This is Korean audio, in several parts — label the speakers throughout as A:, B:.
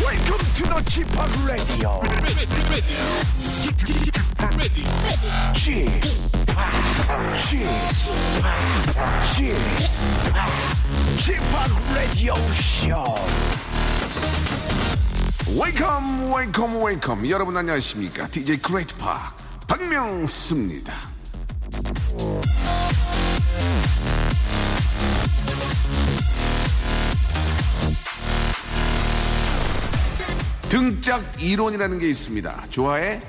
A: Welcome to the g p o p Radio. g p o p g p o p Radio Show.
B: 웨이컴 웨이컴 웨이컴 여러분 안녕하십니까 DJ 크레이트 팍 박명수입니다 등짝 이론이라는 게 있습니다 좋아해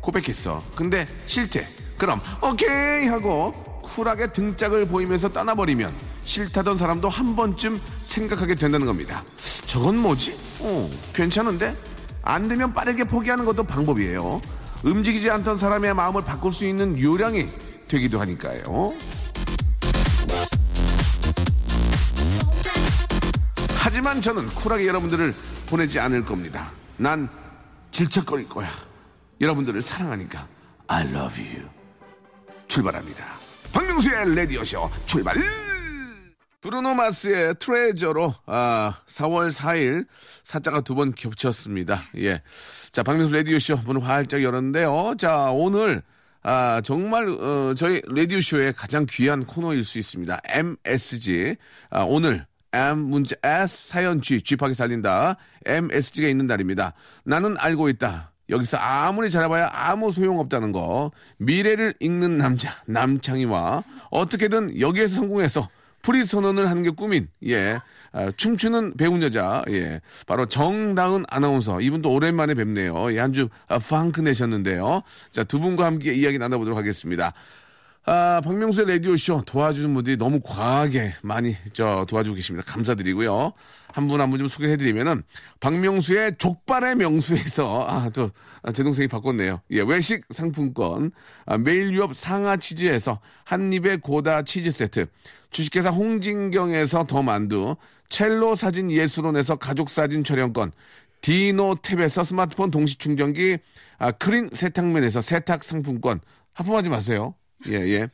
B: 고백했어 근데 싫대 그럼 오케이 하고 쿨하게 등짝을 보이면서 떠나버리면 싫다던 사람도 한 번쯤 생각하게 된다는 겁니다 저건 뭐지? 어, 괜찮은데? 안 되면 빠르게 포기하는 것도 방법이에요. 움직이지 않던 사람의 마음을 바꿀 수 있는 요량이 되기도 하니까요. 하지만 저는 쿨하게 여러분들을 보내지 않을 겁니다. 난 질척거릴 거야. 여러분들을 사랑하니까 I love you. 출발합니다. 박명수의 레디오쇼 출발! 브루노 마스의 트레저로 아, 4월 4일 사자가 두 번 겹쳤습니다. 예. 자, 박명수 라디오쇼 문을 활짝 열었는데요. 자, 오늘 아, 정말 어, 저희 라디오쇼의 가장 귀한 코너일 수 있습니다. MSG. 아, 오늘 M 문제 S 사연 G 쥐파기 살린다. MSG가 있는 날입니다. 나는 알고 있다. 여기서 아무리 잘해봐야 아무 소용없다는 거. 미래를 읽는 남자 남창희와 어떻게든 여기에서 성공해서 프리 선언을 하는 게 꿈인 예 아, 춤추는 배운 여자 예 바로 정다은 아나운서 이분도 오랜만에 뵙네요 예, 한주 아, 펑크 내셨는데요 자 두 분과 함께 이야기 나눠보도록 하겠습니다 아 박명수의 라디오 쇼 도와주는 분들이 너무 과하게 많이 저 도와주고 계십니다 감사드리고요 한 분 한 분 좀 소개해드리면은 박명수의 족발의 명수에서 아저제 동생이 바꿨네요 예 외식 상품권 아, 매일 유업 상하 치즈에서 한입의 고다 치즈 세트 주식회사 홍진경에서 더 만두, 첼로 사진 예술원에서 가족 사진 촬영권, 디노 탭에서 스마트폰 동시 충전기, 아, 크린 세탁면에서 세탁 상품권, 하품하지 마세요. 예, 예.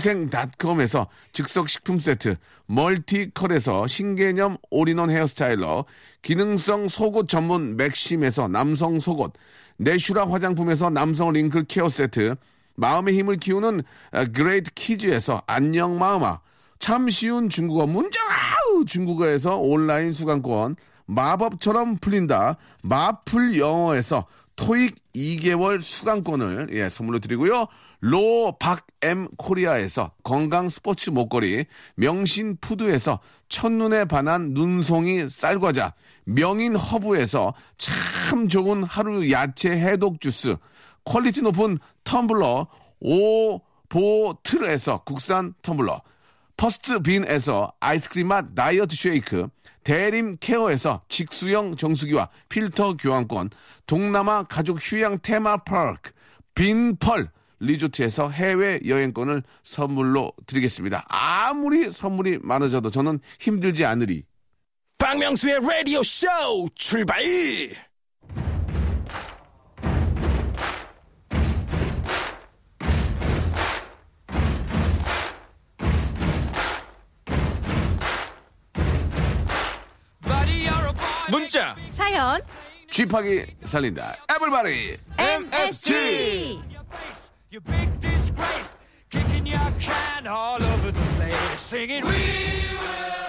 B: 자취생닷컴에서 즉석 식품 세트, 멀티컬에서 신개념 올인원 헤어스타일러, 기능성 속옷 전문 맥심에서 남성 속옷, 내슈라 화장품에서 남성 링클 케어 세트, 마음의 힘을 키우는 아, 그레이트 키즈에서 안녕 마음아, 참 쉬운 중국어 문정아우 중국어에서 온라인 수강권 마법처럼 풀린다 마풀 영어에서 토익 2개월 수강권을 예, 선물로 드리고요. 로박엠 코리아에서 건강 스포츠 목걸이, 명신 푸드에서 첫눈에 반한 눈송이 쌀과자, 명인 허브에서 참 좋은 하루 야채 해독 주스, 퀄리티 높은 텀블러 오보틀에서 국산 텀블러, 퍼스트 빈에서 아이스크림 맛 다이어트 쉐이크, 대림 케어에서 직수형 정수기와 필터 교환권, 동남아 가족 휴양 테마 파크, 빈펄 리조트에서 해외 여행권을 선물로 드리겠습니다. 아무리 선물이 많아져도 저는 힘들지 않으리.
A: 박명수의 라디오 쇼 출발.
C: 네,
A: 문자
D: 사연
B: 쥐파기 살린다. 에블바리
D: MSG
E: You big disgrace, kicking your can all over the place, singing we.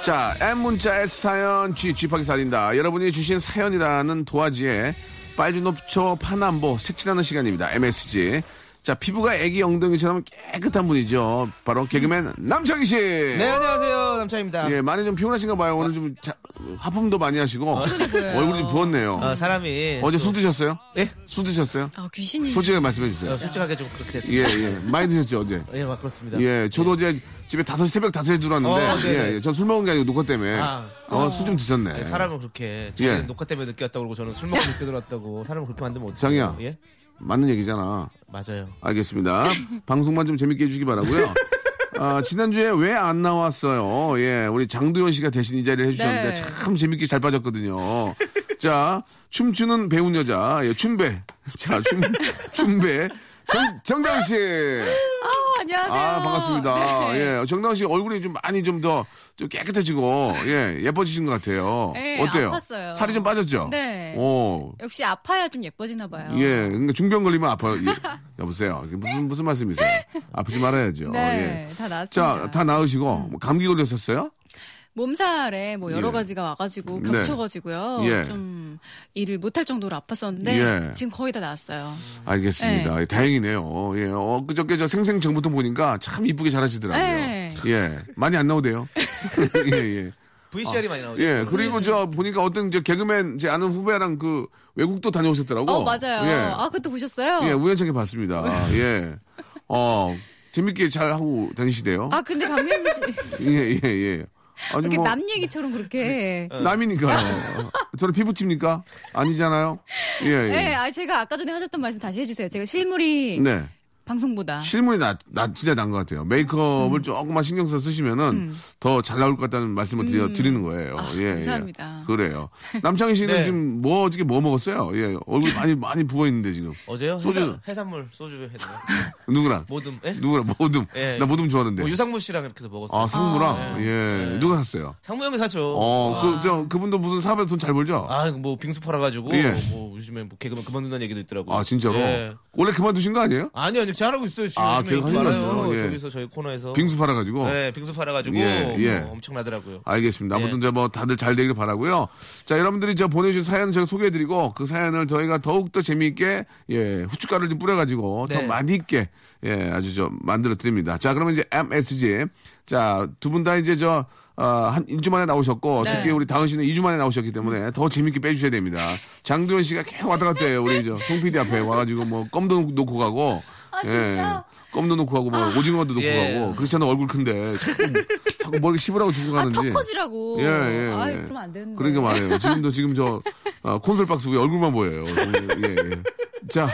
B: 자, M 문자 S 사연 G 쥐파기 살린다. 여러분이 주신 사연이라는 도화지에 빨주노초 파남보 색칠하는 시간입니다. MSG. 자, 피부가 애기 엉덩이처럼 깨끗한 분이죠. 바로 개그맨 남창희 씨.
C: 네 안녕하세요 남창입니다.
B: 예, 많이 좀 피곤하신가 봐요. 오늘 좀 자, 하품도 많이 하시고 얼굴이 좀 부었네요.
C: 어, 아, 사람이
B: 어제 술 드셨어요?
C: 예? 네.
B: 술 드셨어요?
D: 아 귀신이
B: 솔직하게 말씀해 주세요.
C: 어, 솔직하게 좀 그렇게
B: 예,
C: 됐습니다.
B: 예. 많이 드셨죠, 어제?
C: 예, 막 그렇습니다.
B: 예, 저도 어제 집에 다섯 시 새벽 다섯 시에 들어왔는데,
C: 네. 어, 네,
B: 예,
C: 네.
B: 예. 전 술 먹은 게 아니고 녹화 때문에.
C: 아.
B: 어, 술 좀 드셨네.
C: 사람은 그렇게 저는
B: 예.
C: 녹화 때문에 늦게 왔다고 그러고 저는 술 먹고 늦게 들어왔다고 사람을 그렇게 만들면 어떡해요?
B: 장이야.
C: 예?
B: 맞는 얘기잖아.
C: 맞아요.
B: 알겠습니다. 방송만 좀 재밌게 해주기 바라고요. 아, 지난주에 왜 안 나왔어요? 예, 우리 장도연 씨가 대신 이 자리를 해주셨는데
D: 네.
B: 참 재밌게 잘 빠졌거든요. 자, 춤추는 배운 여자, 예, 춤배. 자, 춤, 춤배. 정, 정다은 씨.
D: 아, 안녕하세요.
B: 아, 반갑습니다.
D: 네.
B: 예, 정다은 씨 얼굴이 좀 많이 좀 더 좀 깨끗해지고, 예, 예뻐지신 것 같아요.
D: 네,
B: 어때요?
D: 아팠어요.
B: 살이 좀 빠졌죠?
D: 네.
B: 오.
D: 역시 아파야 좀 예뻐지나 봐요.
B: 예, 그러니까 중병 걸리면 아파요. 예. 여보세요. 이게 무슨, 무슨 말씀이세요? 아프지 말아야죠.
D: 네,
B: 예.
D: 다 나았습니다.
B: 자, 다 나으시고, 뭐 감기 걸렸었어요?
D: 몸살에 뭐 여러
B: 예.
D: 가지가 와가지고
B: 네.
D: 겹쳐가지고요.
B: 예.
D: 좀 일을 못할 정도로 아팠었는데
B: 예.
D: 지금 거의 다 나았어요.
B: 알겠습니다.
D: 네.
B: 예, 다행이네요. 예, 엊그저께 저 생생 정보통 보니까 참 이쁘게 잘하시더라고요.
D: 네.
B: 예, 많이 안 나오대요. 예, 예.
C: VCR이 많이 나오죠.
B: 예,
D: 네.
B: 그리고 저 보니까 어떤 저 개그맨 제 아는 후배랑 그 외국도 다녀오셨더라고.
D: 어, 맞아요.
B: 예,
D: 아, 그것도 보셨어요?
B: 예 우연찮게 봤습니다. 예, 어 재밌게 잘 하고 다니시대요.
D: 아, 근데 박명수 씨.
B: 예, 예, 예. 아니
D: 이렇게
B: 뭐
D: 남 얘기처럼 그렇게.
B: 남이니까요. 저는 피부칩니까? 아니잖아요. 예, 예.
D: 네, 아, 제가 아까 전에 하셨던 말씀 다시 해주세요. 제가 실물이
B: 네.
D: 방송보다.
B: 실물이 나, 나 진짜 난 것 같아요.
D: 음.
B: 메이크업을 조금만 신경 써 쓰시면은 더 잘 나올 것 같다는 말씀을 드려, 드리는 거예요. 예, 예.
D: 음. 아, 감사합니다.
B: 그래요. 남창희 씨는
C: 네.
B: 지금 뭐 어저께 뭐 먹었어요? 예, 얼굴 많이 많이 부어 있는데 지금
C: 어제요?
B: 소주.
C: 해산, 해산물 소주 했나요?
B: 누구랑?
C: 모듬. 예?
B: 누구랑 모둠?
C: 예.
B: 나 모둠 좋아하는데.
C: 뭐 유상무 씨랑 이렇게 해서 먹었어요.
B: 아 상무랑
C: 아.
B: 예
C: 네.
B: 누가 샀어요?
C: 상무 형이 사죠.
B: 어 그 저 그분도 무슨 사업에서 돈 잘 벌죠? 아,
C: 아, 이거 뭐 빙수 팔아가지고
B: 예.
C: 뭐 요즘에 뭐 개그맨 그만둔다는 얘기도 있더라고요.
B: 아, 진짜로
C: 예.
B: 원래 그만두신 거 아니에요?
C: 아니요, 아니요, 잘하고 있어요 지금.
B: 아,
C: 요즘에
B: 계속
C: 인기
B: 하셨어요?
C: 많아요.
B: 예.
C: 저기서 저희 코너에서.
B: 빙수 팔아가지고.
C: 네, 빙수 팔아가지고
B: 어. 예, 예.
C: 뭐 엄청나더라고요.
B: 알겠습니다. 아무튼
C: 예.
B: 저 뭐 다들 잘 되길 바라고요. 자, 여러분들이 저 보내주신 사연 제가 소개해드리고 그 사연을 저희가 더욱더 재미있게 예, 후춧가루를 좀 뿌려가지고 더
C: 네.
B: 많이 있게 예, 아주 좀 만들어 드립니다. 자, 그러면 이제 MSG. 자, 두 분 다 이제 저 어, 한 1주 만에 나오셨고
D: 네.
B: 특히 우리 다은 씨는 2주 만에 나오셨기 때문에 더 재밌게 빼주셔야 됩니다. 장도연 씨가 계속 왔다 갔다 해요. 우리 저송 PD 앞에 와가지고 뭐 껌도 놓고 가고
D: 아, 진짜?
B: 껌도 놓고 가고 뭐 오징어도 놓고
C: 예.
B: 가고 그렇잖아 얼굴 큰데 자꾸, 자꾸 머리 씹으라고 주고
D: 아,
B: 가는지
D: 턱커지라고.
B: 예, 예.
D: 아,
B: 예.
D: 그러면 안 되는데.
B: 그러니까 말해요. 지금도 지금 저 어, 콘솔 박스 위에 얼굴만 보여요. 예, 예. 자,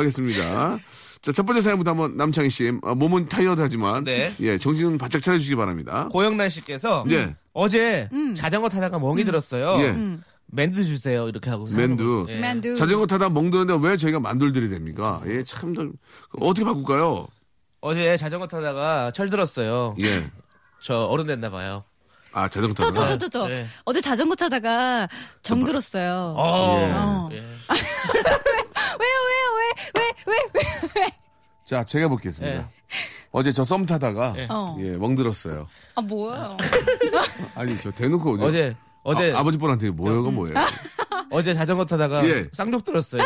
B: 가겠습니다. 자, 첫 번째 사연부터 한번 남창희 씨. 어, 몸은 타이어드하지만
C: 네.
B: 예, 정신은 바짝 차려 주시기 바랍니다.
C: 고영란 씨께서
B: 예.
C: 어제 자전거 타다가 멍이 들었어요.
B: 예.
C: 맨두 주세요 이렇게 하고 사는
B: 맨두.
C: 거죠. 예.
D: 만두.
B: 자전거 타다 멍드는데 왜 저희가 만돌들이 됩니까? 예, 참 좀- 어떻게 바꿀까요?
C: 어제 자전거 타다가 철 들었어요.
B: 예.
C: 저 어른 됐나 봐요.
B: 아, 자전거
D: 저,
B: 타다.
D: 저, 저, 저, 저.
C: 네.
D: 어제 자전거 타다가 정 들었어요.
C: 어. 예.
D: 왜요, 왜요, 왜, 왜, 왜, 왜, 왜.
B: 자, 제가 볼겠습니다.
C: 예.
B: 어제 저 썸 타다가
C: 예.
D: 어.
B: 예, 멍들었어요.
D: 아, 뭐야.
B: 아니, 저 대놓고 어제,
C: 어제 어제 음.
B: 아, 버지분한테 뭐예요가 뭐예요?
C: 어제 자전거 타다가
B: 예.
C: 쌍욕 들었어요.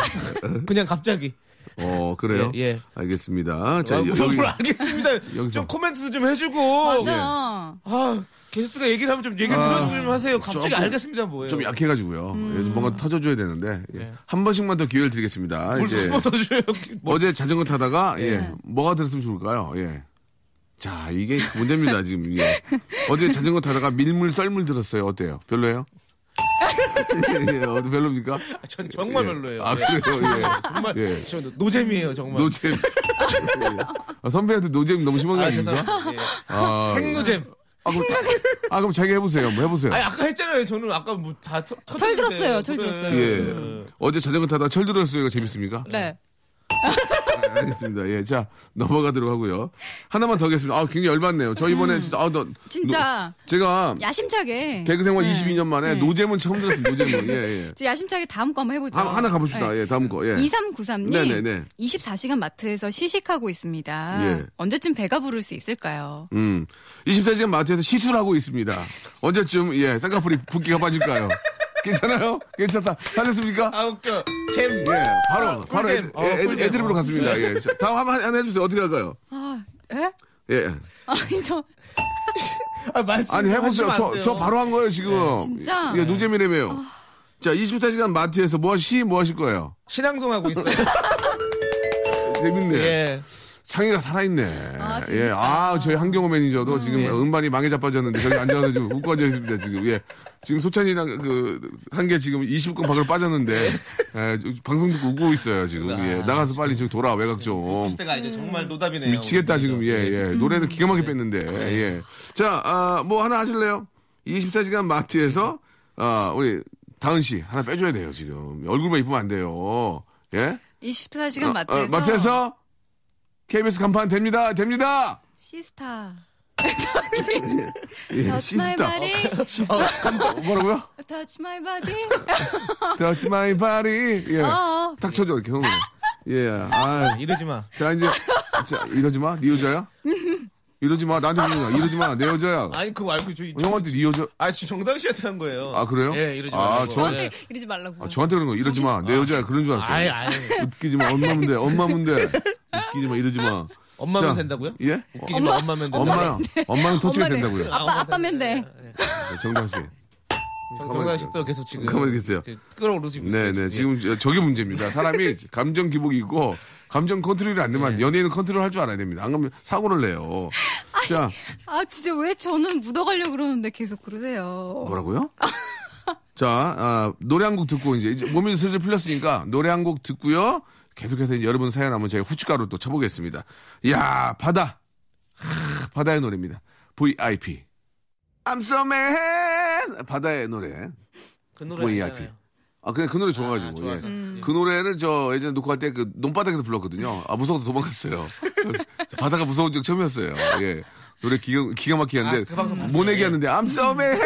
C: 그냥 갑자기.
B: 어, 그래요?
C: 예, 예.
B: 알겠습니다. 자,
C: 아,
B: 여-
C: 뭐,
B: 여기
C: 뭘 알겠습니다.
B: 여기서. 예.
C: 좀 코멘트도 좀 해주고.
B: 어,
D: 맞아.
C: 아, 게스트가 얘기를 하면 좀 얘기를
B: 아,
C: 들어주고 좀 하세요. 갑자기
B: 조금,
C: 알겠습니다, 뭐예요.
B: 좀 약해가지고요.
C: 음.
B: 요즘 뭔가 터져줘야 되는데 예. 한 번씩만 더 기회를 드리겠습니다.
C: 네. 뭘
B: 이제
C: 숨어줘요. 뭐, 네.
B: 어제 자전거 타다가 예. 뭐가 들었으면 좋을까요? 예. 자, 이게 문제입니다, 지금. 예. 어제 자전거 타다가 밀물 썰물 들었어요. 어때요? 별로예요? 예, 예, 어, 별로입니까?
C: 전 정말
B: 예.
C: 별로예요.
B: 아,
C: 예.
B: 그래요? 예.
C: 정말
B: 예.
C: 저 노잼이에요, 정말.
B: 노잼. 예. 아, 선배한테 노잼 너무 심한 거
C: 아,
B: 아닙니까?
C: 죄송합니다. 예.
B: 아,
C: 핵노잼.
B: 아, 그럼, 아, 그럼 자기 해보세요. 뭐 해보세요.
C: 아니, 아까 했잖아요. 저는 아까 뭐다
D: 철 들었어요, 철 들었어요.
B: 예. 어제 자전거 타다 철 들었어요가 재밌습니까?
D: 네.
B: 아, 알겠습니다. 예, 자 넘어가도록 하고요. 하나만 더 하겠습니다. 아, 굉장히 열받네요. 저 이번에 진짜, 아, 너,
D: 진짜.
B: 노- 제가
D: 야심차게.
B: 개그 생활
D: 네.
B: 22년 만에
D: 네.
B: 노잼은 처음 들었습니다. 노잼은 예, 예.
D: 이제 야심차게 다음 거 한번 해보죠.
B: 아, 하나 가봅시다.
D: 네.
B: 예, 다음 거. 예.
D: 2393님
B: 네네네.
D: 24시간 마트에서 시식하고 있습니다.
B: 예.
D: 언제쯤 배가 부를 수 있을까요?
B: 음, 24시간 마트에서 시술하고 있습니다. 언제쯤 예, 쌍꺼풀이 붓기가 빠질까요? 괜찮아요? 괜찮다. 잘했습니까?
C: 아, 웃겨. 잼.
B: 예, 바로 바로 애,
C: 꿀잼. 어, 꿀잼.
B: 드립으로 갔습니다. 예, 자, 다음 한번 하나 해주세요. 어떻게 할까요?
D: 아, 예?
B: 예,
D: 아니 저
C: 아, 말씀.
B: 아니 해보세요.
C: 하시면 안
B: 저,
C: 돼요.
B: 저 바로 한 거예요 지금.
D: 진짜?
B: 예, 노잼이라며요. 자, 24시간 마트에서 뭐 하시 뭐 하실 거예요?
C: 신앙송하고 있어요.
B: 재밌네.
C: 예.
B: 창의가 살아있네.
D: 아, 재밌다.
B: 예, 아 저희 한경호 매니저도 지금 음반이 망해 자빠졌는데 저기 앉아서 지금 웃고 앉아 있습니다 지금. 예, 지금 소찬이랑 그 한 개 지금 20권 밖으로 빠졌는데 예, 방송 듣고 웃고 있어요 지금. 예, 나가서 빨리 지금 돌아 외곽 좀.
C: 시대가 이제 정말 노답이네요. 음. 네.
B: 미치겠다 지금 예예 노래는 기가 막히게 뺐는데 예, 예자뭐 하나 하실래요? 24시간 마트에서 아 우리 다은 씨 하나 빼줘야 돼요 지금 얼굴만 이쁘면 안 돼요 예
D: 24시간
B: 어,
D: 마트에서
B: 어, 마트에서 KBS 간판 됩니다. 됩니다.
D: 시스타.
B: 예,
D: Touch my body.
B: 시스타. 어, 뭐라고요?
D: Touch my body.
B: Touch my body. 예.
D: 어.
B: 탁 쳐줘 이렇게 손으로. 예. 아.
C: 이러지 마.
B: 자 이제 자, 이러지 마. 네 여자야? 이러지 마. 나한테 그러냐. 이러지 마. 내 여자야.
C: 아니 그거 말고 저이
B: 형한테 네 여자.
C: 아, 저 정당 씨한테 한 거예요.
B: 아 그래요?
C: 예, 이러지
B: 아,
C: 말라고.
B: 저한테-
C: 예.
D: 이러지 말라고.
B: 아, 저한테 그런 거 이러지 마. 내 여자야. 그런 줄 알았어.
C: 아이, 아이.
B: 웃기지 마. 엄마문데. 엄마문데. 웃기지 마. 이러지 마.
C: 엄마면
B: 자,
C: 된다고요?
B: 예?
C: 웃기지 마. 엄마면 된다.
B: 엄마, 엄마는 터치가
D: 엄마래.
B: 된다고요. 네,
D: 아빠, 아빠면 돼.
B: 정당 씨.
C: 정당 씨도 계속 지금
B: 가만히 계세요.
C: 이렇게 끌어오르시고 있어요.
B: 네, 네.
C: 예.
B: 지금 저- 저게 문제입니다. 사람이 감정 기복이 있고 감정 컨트롤이 안 되면 연예인은 컨트롤 할 줄 알아야 됩니다. 안 그러면 사고를 내요. 자,
D: 아, 진짜 왜 저는 묻어가려고 그러는데 계속 그러세요.
B: 뭐라고요? 자, 아, 노래 한 곡 듣고 이제, 이제 몸이 슬슬 풀렸으니까 노래 한 곡 듣고요. 계속해서 이제 여러분 사연 한번 제가 후춧가루 또 쳐보겠습니다. 이야, 바다. 하, 바다의 노래입니다. VIP. I'm so mad. 바다의 노래.
C: 그
B: VIP.
C: 있잖아요.
B: 아, 그냥 그 노래 좋아가지고.
C: 아, 좋아서.
B: 예.
C: 음.
B: 그 노래를 저 예전에 녹화할 때 그 논바닥에서 불렀거든요. 아, 무서워서 도망갔어요. 저 바다가 무서운 적 처음이었어요. 예. 노래 기가, 기가 막히게
C: 아,
B: 하는데.
C: 그 방송 봤어요.
B: 모내기 하는데, I'm so mad!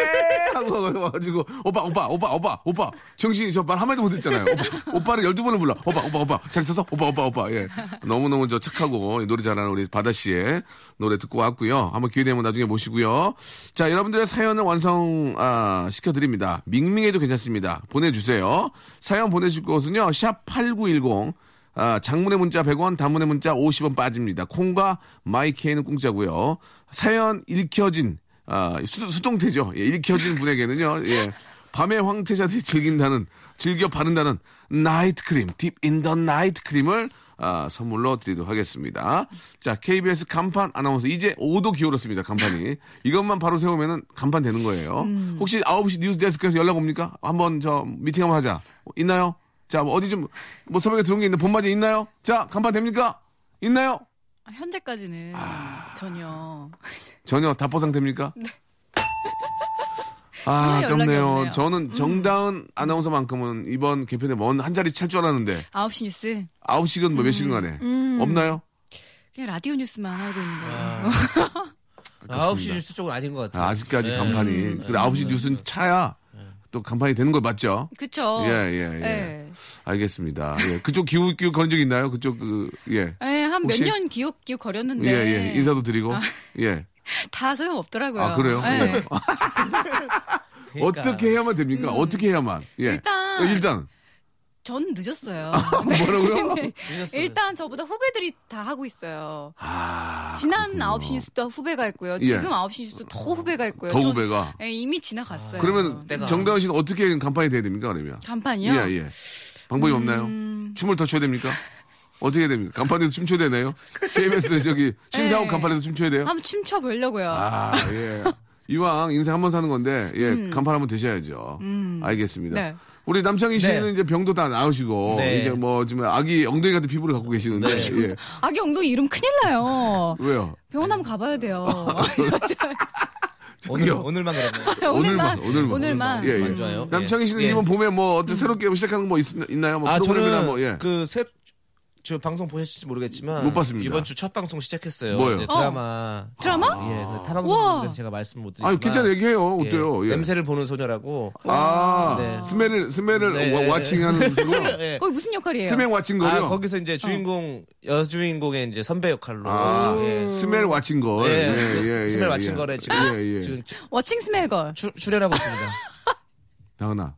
B: 하고 와가지고, 오빠, 오빠, 오빠, 오빠, 오빠. 정신이 저 말 한마디 못했잖아요. 오빠, 오빠를 열두 번을 불러. 오빠, 오빠, 오빠. 잘 있어서? 오빠, 오빠, 오빠. 예. 너무너무 저 착하고 노래 잘하는 우리 바다씨의 노래 듣고 왔고요. 한번 기회 되면 나중에 모시고요. 자, 여러분들의 사연을 완성, 아, 시켜드립니다. 밍밍해도 괜찮습니다. 보내주세요. 사연 보내실 곳은요, 샵8910. 아, 장문의 문자 100원, 단문의 문자 50원 빠집니다. 콩과 마이케이는 공짜고요. 사연 읽혀진 아, 수, 수동태죠. 예, 읽혀진 분에게는요. 예. 밤의 황태자들이 즐긴다는 즐겨 바른다는 나이트 크림, 딥 인 더 나이트 크림을 아, 선물로 드리도록 하겠습니다. 자, KBS 간판 아나운서 이제 5도 기울었습니다. 간판이. 이것만 바로 세우면은 간판 되는 거예요. 혹시 9시 뉴스 데스크에서 연락 옵니까? 한번 저 미팅 한번 하자. 있나요? 자, 뭐 어디 좀, 뭐 서백에 들어온 게 있는데 본마저 있나요? 자, 간판 됩니까? 있나요?
D: 아, 현재까지는
B: 아.
D: 전혀.
B: 전혀 답보 상태입니까? 아,
D: 네. 전혀 연락이
B: 아깝네요.
D: 없네요. 음.
B: 저는 정다은 아나운서만큼은 이번 개편에 먼 한 자리 찰 줄 알았는데,
D: 9시 뉴스.
B: 아홉 시간
D: 음.
B: 뭐몇 시간 간에. 없나요?
D: 그냥 라디오 뉴스만 하고 있는 거예요.
C: 아홉 시 뉴스 쪽은 아닌 것 같아요.
B: 아, 직까지
C: 예.
B: 간판이. 그래, 아홉 시 뉴스는 차야 또 간판이 되는 거 맞죠?
D: 그쵸.
B: 예, 예, 예.
D: 예.
B: 알겠습니다. 예, 그쪽 기웃기웃 거린 적 있나요? 그쪽 그, 예.
D: 예, 한 몇
B: 혹시-
D: 년 기억기억 거렸는데.
B: 예, 예. 인사도 드리고.
D: 아.
B: 예.
D: 다 소용 없더라고요.
B: 아, 그래요?
D: 예.
C: 그러니까.
B: 아, 어떻게 해야만 됩니까? 어떻게 해야만. 예.
D: 음. 일단-
B: 어, 일단.
D: 전 늦었어요.
B: 아,
D: 네,
B: 뭐라고요?
C: 늦었어요.
D: 일단 저보다 후배들이 다 하고 있어요.
B: 아.
D: 지난 아, 9시 뉴스도 후배가 있고요.
B: 예.
D: 지금 9시 뉴스도 더 후배가 있고요.
B: 더
D: 전-
B: 후배가?
D: 예, 이미 지나갔어요.
B: 그러면
C: 때가
B: 정다은 씨는 어떻게 간판이 돼야 됩니까? 그러면.
D: 간판이요? 음.
B: 예, 예. 방법이 없나요? 춤을 더 춰야 됩니까? 어떻게 해야 됩니까? 간판에서 춤춰야 되나요? KBS 저기 신사옥
D: 예.
B: 간판에서 춤춰야 돼요?
D: 한번 춤춰 보려고요.
B: 아, 예. 이왕 인생 한 번 사는 건데, 예, 간판 한번 되셔야죠. 알겠습니다.
D: 음. 네.
B: 우리 남창희 씨는
C: 네.
B: 이제 병도 다 나으시고,
C: 네.
B: 이제 뭐, 지금 아기 엉덩이 같은 피부를 갖고 계시는데,
D: 네.
B: 예.
D: 아기 엉덩이 이름 큰일 나요.
B: 왜요?
D: 병원 한번 가봐야 돼요.
B: 아,
C: 오늘
B: 저기요.
C: 오늘만 그러면
B: 아, 오늘만,
D: 오늘만,
B: 오늘만.
D: 오늘만.
B: 예, 예.
C: 안 좋아요.
B: 남창희 씨는
C: 예.
B: 이번 봄에 뭐, 어떤 새롭게 시작하는 거 있, 나요 뭐,
C: 아
B: 프로그램이나
C: 저는
B: 뭐, 예.
C: 그새 저 방송 보셨을지 모르겠지만
B: 못 봤습니다.
C: 이번 주 첫 방송 시작했어요.
B: 뭐예요?
C: 네, 드라마.
D: 드라마?
C: 예, 그
D: 우와.
C: 타방송에서 제가 말씀 못 드리지만
B: 아니, 괜찮아, 얘기해요.
C: 예,
B: 어때요? 예.
C: 냄새를 보는 소녀라고.
B: 아,
C: 네.
B: 스멜을, 스멜을
C: 네.
B: 와- 와칭하는 거고.
C: 예.
D: 거기 무슨 역할이에요?
B: 뭐 스멜 와칭 거요.
C: 아 거기서
D: 어.
C: 이제 주인공 여주인공의 이제 선배 역할로.
B: 아,
C: 예.
B: 스멜 와칭 거.
C: 예, 스- 스멜 맞힌 거래 지금
B: 예, 예.
C: 지금 추-
D: 워칭 스멜걸.
C: 추- 출연하고 있습니다.
B: 다은아.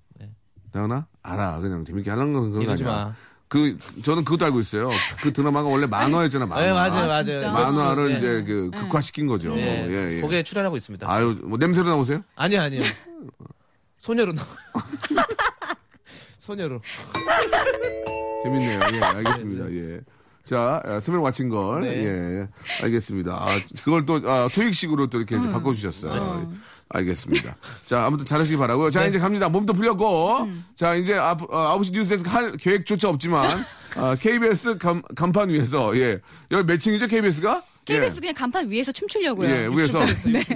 B: 다은아? 알아. 그냥 재밌게 하는 건 그런 거
C: 네. 이러지
B: 아니야.
C: 마.
B: 그, 저는 그것도 알고 있어요. 그 드라마가 원래 만화였잖아, 만화.
C: 예, 맞아요, 맞아요.
D: 진짜?
B: 만화를
C: 예.
B: 이제 그 극화시킨 거죠.
C: 예,
B: 예, 예.
C: 거기에 출연하고 있습니다.
B: 아유, 뭐 냄새로 나오세요?
C: 아니 아니요.
B: 네.
C: 소녀로 나. 소녀로.
B: 재밌네요. 예, 알겠습니다. 예. 자, 아, 스멜 와친 걸.
C: 네.
B: 예, 알겠습니다. 아, 그걸 또, 아, 토익식으로 또 이렇게
C: 음.
B: 이제 바꿔주셨어요.
C: 네.
B: 예, 알겠습니다. 자, 아무튼 잘하시기 바라고요. 자, 이제 갑니다. 몸도 풀렸고.
C: 음.
B: 자, 이제 아, 홉시 뉴스 데스크 할 계획조차 없지만, 아, KBS 간, 판 위에서, 예. 여기 매칭이죠, KBS가?
D: KBS 그냥 간판 위에서 춤추려고요.
B: 예, 위에서.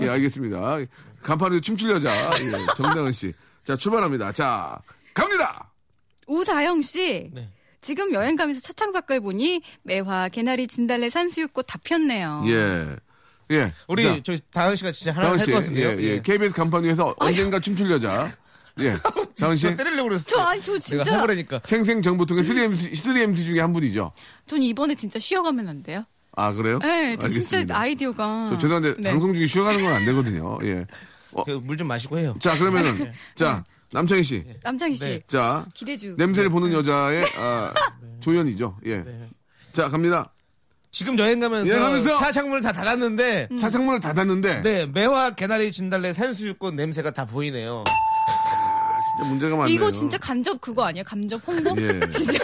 B: 예, 알겠습니다. 간판에서 춤출 여자. 예, 정다은 씨. 자, 출발합니다. 자, 갑니다!
D: 우자영 씨. 지금 여행 가면서 차창밖을 보니 매화, 개나리, 진달래, 산수유꽃 다 폈네요.
B: 예. 예.
C: 아. 우리
B: 자,
C: 저 다은 씨가 진짜 하나
B: 다은
C: 할것
B: 씨.
C: 같은데요.
B: 예, 예. KBS 간판
D: 아,
B: 위에서 언젠가 춤출 여자. 예. 다은 씨. 어.
C: 저 때리려고 그랬어.
D: 저 아니 저
C: 내가
D: 진짜
C: 해보라니까.
B: 생생 정보통의 3MC, 3MC 중에 한 분이죠.
D: 전 이번에 진짜 쉬어가면 안 돼요?
B: 아, 그래요?
D: 네, 저 진짜
B: 알겠습니다.
D: 아이디어가.
B: 저 죄송한데
D: 네.
B: 방송 중에 쉬어가는 건 안 되거든요. 예. 어,
C: 그 물 좀 마시고 해요.
B: 자, 그러면은 자, 남창희 씨.
D: 남창희 씨
C: 네.
B: 자,
D: 네. 기대주.
B: 냄새를
D: 네.
B: 보는 여자의 아, 조연이죠. 예. 자, 갑니다.
C: 지금 여행 가면서,
B: 여행 가면서! 음.
C: 차 창문을 다 닫았는데
D: 음.
B: 차 창문을 닫았는데
C: 네 매화 개나리 진달래 산수유꽃 냄새가 다 보이네요.
B: 아, 진짜 문제가 많네요.
D: 이거 진짜 간접 그거 아니에요? 간접 홍보?
B: 예.
D: 진짜.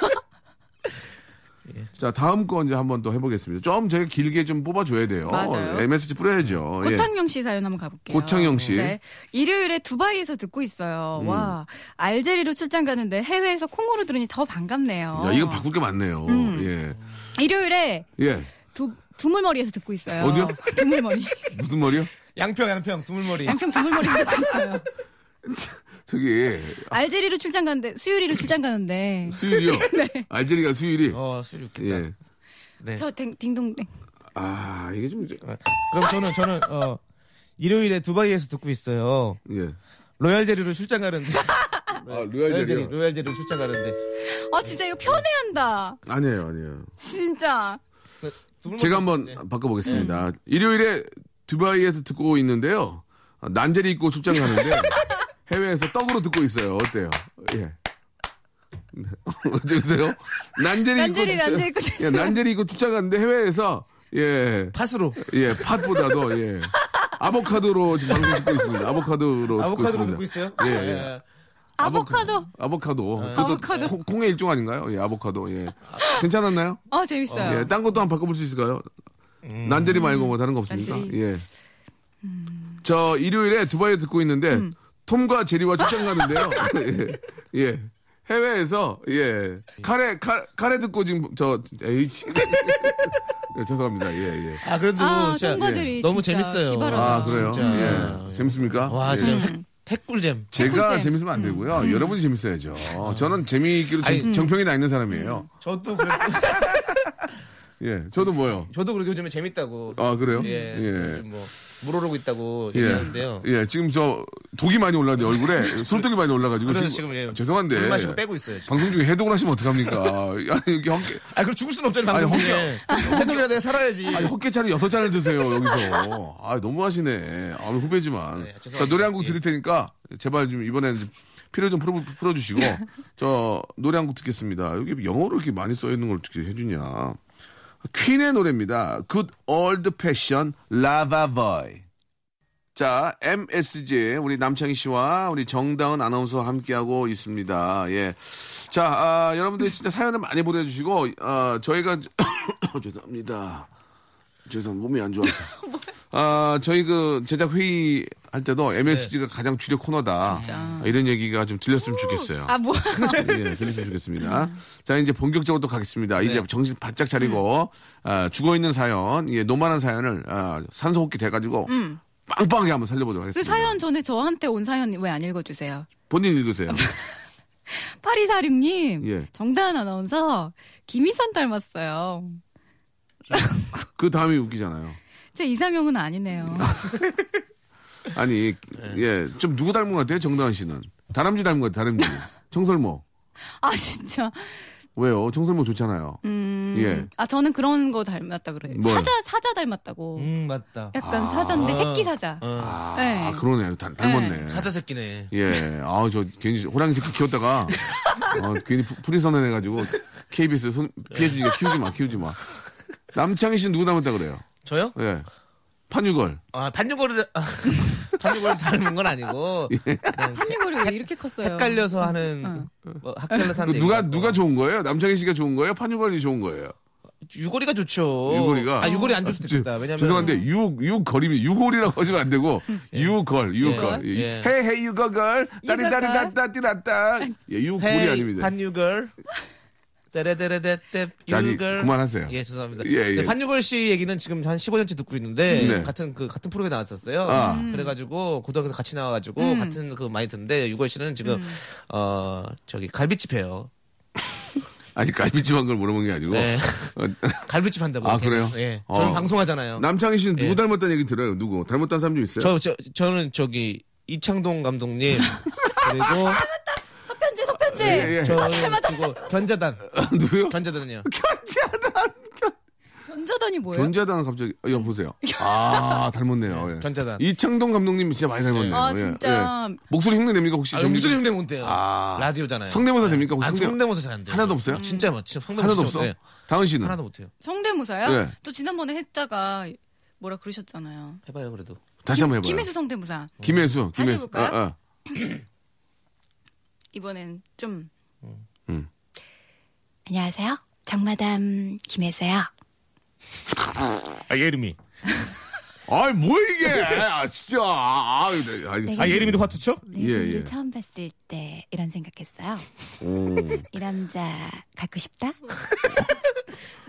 B: 자, 다음 거 이제 한번 또 해보겠습니다. 좀 제가 길게 좀 뽑아줘요. 돼요.
D: 맞아요.
B: MSG 뿌려야죠. 예.
D: 고창영 씨 사연 한번 가볼게요.
B: 고창영 씨. 음.
D: 네. 일요일에 두바이에서 듣고 있어요. 와, 알제리로 출장 가는데 해외에서 콩으로 들으니 더 반갑네요.
B: 야, 이거 바꿀 게 많네요.
D: 음. 일요일에
B: 예. 예.
D: 두, 두물머리에서 듣고 있어요.
B: 어디요?
D: 두물머리.
B: 무슨 말이요?
C: 양평 양평 두물머리.
D: 양평 두물머리에서 듣고 있어요.
B: 저기,
D: 알제리로 출장 가는데, 수요일로 출장 가는데,
B: 수율이요.
D: 네.
B: 알제리가 수율이.
C: 어 술이 웃겠다. 네.
B: 예.
D: 저 댕, 딩동댕.
B: 아, 이게 좀, 이제-
C: 어, 그럼 저는 저는 어 일요일에 두바이에서 듣고 있어요.
B: 예.
C: 로얄 제리로 출장 가는데.
B: 아, 로얄
C: 제리,
B: 제리요?
C: 로얄 제리로 출장 가는데.
D: 아, 진짜 이거 편애한다.
B: 아니에요, 아니에요. 네.
D: 진짜.
C: 두물머리
B: 제가 한번 바꿔보겠습니다.
D: 네.
B: 일요일에 두바이에서 듣고 있는데요. 아, 난제리 입고 출장 가는데 해외에서 떡으로 듣고 있어요. 어때요? 예. 네. 어쩌세요? 난제리 입고
D: 난제리,
B: 출장-
D: 난제리 입고 출장-
B: 예, 난제리 입고 출장 가는데 해외에서 예.
C: 팥으로
B: 예, 팥보다도 예. 아보카도로 지금 방송 듣고 있습니다. 아보카도로
C: 아보카도로
B: 듣고
C: 듣고
B: 있습니다.
C: 있어요.
B: 예, 예.
C: 예.
D: 아보카도.
B: 아보카도. 그것도
D: 아보카도.
B: 콩- 콩의 일종 아닌가요? 예, 아보카도. 예. 괜찮았나요?
D: 아, 재밌어요.
B: 예, 딴 것도 한번 바꿔볼 수 있을까요? 난제리 말고 뭐 다른 거 없습니까?
D: 난제리.
B: 예. 저 일요일에 두바이에 듣고 있는데 톰과 제리와 출장 가는데요. 예. 예. 해외에서 예 카레 카, 카레 듣고 지금 저 에이 씨. 예, 죄송합니다. 예 예.
C: 아 그래도
D: 아,
C: 진짜 예.
D: 똥거들이
C: 너무
D: 진짜
C: 재밌어요.
D: 기발하다.
B: 아 그래요?
C: 진짜.
B: 예. 재밌습니까?
C: 와
B: 예.
C: 진짜 핵- 핵꿀잼.
B: 제가
D: 꿀잼.
B: 재밌으면 안 되고요. 여러분이 재밌어야죠. 저는 재미있기로 정- 정평이 나 있는 사람이에요.
C: 저도 그래
B: 예. 저도 뭐요?
C: 저도 그래도 요즘에 재밌다고.
B: 아 그래요?
C: 예. 요즘 뭐 물오르고 있다고 얘기하는데요.
B: 예, 지금 저 독이 많이 올라는데 얼굴에 술독이 많이 올라가지고
C: 그래서
B: 지금,
C: 지금 예,
B: 죄송한데
C: 물 마시고 빼고 있어요, 지금.
B: 방송 중에 해독을 하시면 어떡합니까? 아니 이렇게 헛개,
C: 아 그럼 죽을 순 없잖아요
B: 아니,
C: 방송 중에. 해독이라도 해 살아야지.
B: 아니 헛개 차를 여섯 잔을 드세요 여기서. 아 너무 하시네. 아 후배지만.
C: 네, 죄송합니다.
B: 자 노래 한 곡
C: 예.
B: 드릴 테니까 제발 좀 이번에는 좀 필요 좀 풀어 풀어주시고 저 노래 한 곡 듣겠습니다. 여기 영어로 이렇게 많이 써 있는 걸 어떻게 해주냐? 퀸의 노래입니다. Good Old Fashion Lava Boy. 자, MSG 우리 남창희 씨와 우리 정다은 아나운서와 함께하고 있습니다. 예. 자, 아, 여러분들 진짜 사연을 많이 보내주시고 아, 저희가 죄송합니다. 죄송 몸이 안 좋아서. 아, 저희 그 제작 회의 할 때도 MSG가 가장 주력 코너다. 아, 이런 얘기가 좀 들렸으면 좋겠어요.
D: 아, 음. 뭐.
B: 예, 들으시면 좋겠습니다. 자, 이제 본격적으로 또 가겠습니다. 이제 정신 바짝 차리고,
D: 음.
B: 아, 죽어 있는 사연, 예, 노만한 사연을, 아, 산소호흡기 돼가지고, 빵빵하게 한번 살려보도록
D: 음. 그
B: 하겠습니다.
D: 사연 전에 저한테 온 사연 왜 안 읽어주세요?
B: 본인 읽으세요.
D: 8246님,
B: 예.
D: 정다은 아나운서, 김희선 닮았어요.
B: 그 다음이 웃기잖아요.
D: 제 이상형은 아니네요.
B: 아니, 예, 좀 누구 닮은 것 같아요, 정다은 씨는? 다람쥐 닮은 것 같아요, 다람쥐. 청설모.
D: 아, 진짜.
B: 왜요? 청설모 좋잖아요. 예.
D: 아, 저는 그런 거 닮았다 그래요.
B: 뭐요?
D: 사자, 사자 닮았다고.
C: 음 어. 맞다.
B: 예.
D: 약간 사자인데 새끼 사자.
B: 아,
D: 네.
B: 그러네요. 닮- 닮았네.
C: 사자 새끼네.
B: 예, 아우, 저, 괜히 호랑이 새끼 키웠다가, 어, 괜히 프- 프리선언 해가지고, KBS 손, 피해주니까 키우지 마, 키우지 마. 남창희 씨는 누구 닮았다 그래요?
C: 저요?
B: 예. 판유걸.
C: 아 반죽거리를 아, 반죽거리 닮은 건 아니고
B: 예.
C: 그냥
D: 한유골이 왜 이렇게 컸어요?
C: 헷갈려서
D: 어.
C: 하는 뭐, 헷갈려서
B: 그
C: 하는
B: 누가,
C: 얘기가
B: 누가
C: 있고.
B: 좋은 거예요? 남창희 씨가 좋은 거예요? 판유걸이 좋은 거예요?
C: 유골이가 좋죠.
B: 유골이가?
C: 아 유골이 안 좋을
B: 저-
C: 겠다 왜냐면
B: 죄송한데, 유, 유걸이면, 유골이라고 하시면 안 되고, 유걸, 유걸.
D: 유걸?
B: 예.
C: 예.
B: 헤이, 헤이, 유걸걸.
D: 유걸걸.
B: 따리따리따따, 띠라따. 예, 유골이
C: 헤이,
B: 아닙니다.
C: 네, 반유걸. 따레데레데뎁
B: 자, 아니,
C: 유걸.
B: 그만하세요.
C: 예, 죄송합니다.
B: 예, 예.
C: 네, 반유걸 씨 얘기는 지금 한 15년째 듣고 있는데
B: 네.
C: 같은 그 같은 프로에 나왔었어요.
B: 아.
C: 그래가지고 고등학교 에서 같이 나와가지고 같은 그 많이 듣는데 유걸 씨는 지금 어 저기 갈비집 해요.
B: 아니 갈비찜 한 걸 물어본 게 아니고
C: 네.
B: 어,
C: 갈비집 한다고.
B: 아 그래요?
C: 예.
B: 어.
C: 저는 방송하잖아요.
B: 남창희 씨는 누구
C: 예.
B: 닮았다는 얘기 들어요? 누구 닮았다는 사람 좀 있어요?
C: 저, 저, 저는 저기 이창동 감독님 그리고
D: 서편제 서편제.
B: 예, 예.
C: 저 그리고 견자단
B: 누구요?
C: 견자단은요.
D: 견자단이 뭐예요?
B: 견자당 갑자기 어, 여보세요. 아 닮았네요. 예.
C: 견자단.
B: 이창동 감독님 진짜 많이 닮았네요.
D: 아,
B: 예,
D: 진짜.
B: 예. 목소리 흉내 됩니까 혹시?
C: 아,
B: 좀-
C: 목소리 흉내 못해요.
B: 아.
C: 라디오잖아요.
B: 성대모사 됩니까 혹시?
C: 아,
B: 성대-
C: 성대모사 잘 안 돼요.
B: 하나도 없어요?
C: 진짜 뭐, 진짜 성대모사
B: 하나도
C: 진짜
B: 없어. 음.
C: 못- 예.
B: 다은 씨는
C: 하나도 못해요.
D: 성대모사요?
B: 네.
D: 또 지난번에 했다가 뭐라 그러셨잖아요.
C: 해봐요 그래도.
B: 다시 한번 해봐요.
D: 김혜수 성대모사.
B: 김혜수.
D: 다시
B: 김혜수.
D: 해볼까요?
B: 아, 아.
D: 이번엔 좀. 안녕하세요. 정마담 김혜수요.
F: 아 예림이.
B: 아이 뭐 이게? 아 진짜. 아, 아, 네, 알겠습니다.
F: 아 예림이도 화투쳐?
D: 네,
B: 예, 예.
G: 네, 그 처음 봤을 때 이런 생각했어요. 이 남자 갖고 싶다.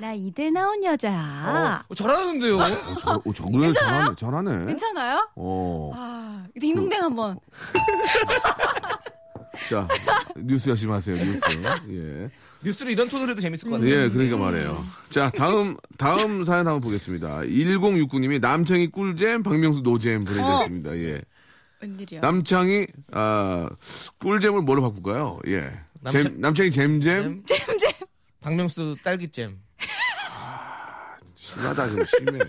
G: 나 이대 나온
D: 아.
G: 여자.
C: 어, 잘하는데요.
B: 어, 저, 어, 저, 그래, 잘하네. 잘하네.
D: 괜찮아요?
B: 어.
D: 아, 딩동댕 한번.
B: 자 뉴스 열심히 하세요. 뉴스. 예.
C: 뉴스로 이런 톤으로 해도 재밌을 것 같아요.
B: 예, 그러니까 말이에요. 자, 다음, 다음 사연 한번 보겠습니다. 1069님이 남창희 꿀잼, 박명수 노잼
D: 어.
B: 보내주셨습니다. 예.
D: 웬일이야?
B: 남창희, 아, 꿀잼을 뭐로 바꿀까요? 예.
C: 남창-
B: 잼- 남창희 잼잼?
C: 잼? 박명수 딸기잼.
B: 심하다, 좀 심해.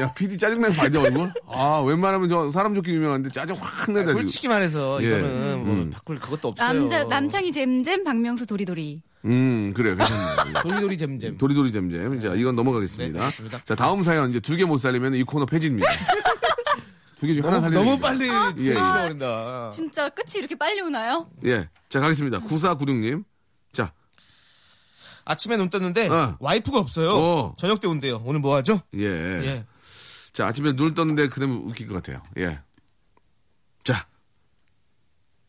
B: 야, PD 짜증나게 봐야 돼, 얼굴? 아, 웬만하면 저 사람 좋게 유명한데 짜증 확 내다, 지금.
C: 아, 솔직히 말해서
B: 예,
C: 이거는 뭐
B: 음.
C: 바꿀 그것도 없어요.
D: 남자 남창이 잼잼 박명수 도리도리.
B: 음, 그래요. 괜찮네요.
C: 돌리돌이 잼잼.
B: 도리도리 잼잼. 자, 이건
C: 네,
B: 넘어가겠습니다.
C: 알겠습니다.
B: 자, 다음 사연 이제 두 개 못 살리면 이 코너 폐지입니다. 두 개 중에 하나 살리는
C: 어, 너무
B: 얘기죠.
C: 빨리
B: 예.
C: 돌리시버린다.
D: 진짜 끝이 이렇게 빨리 오나요?
B: 예. 자, 가겠습니다. 9496님. 자,
C: 아침에 눈 떴는데
B: 어.
C: 와이프가 없어요.
B: 어.
C: 저녁 때 온대요. 오늘 뭐 하죠?
B: 예.
C: 예.
B: 자, 아침에 눈 떴는데 그러면 웃길 것 같아요. 예. 자.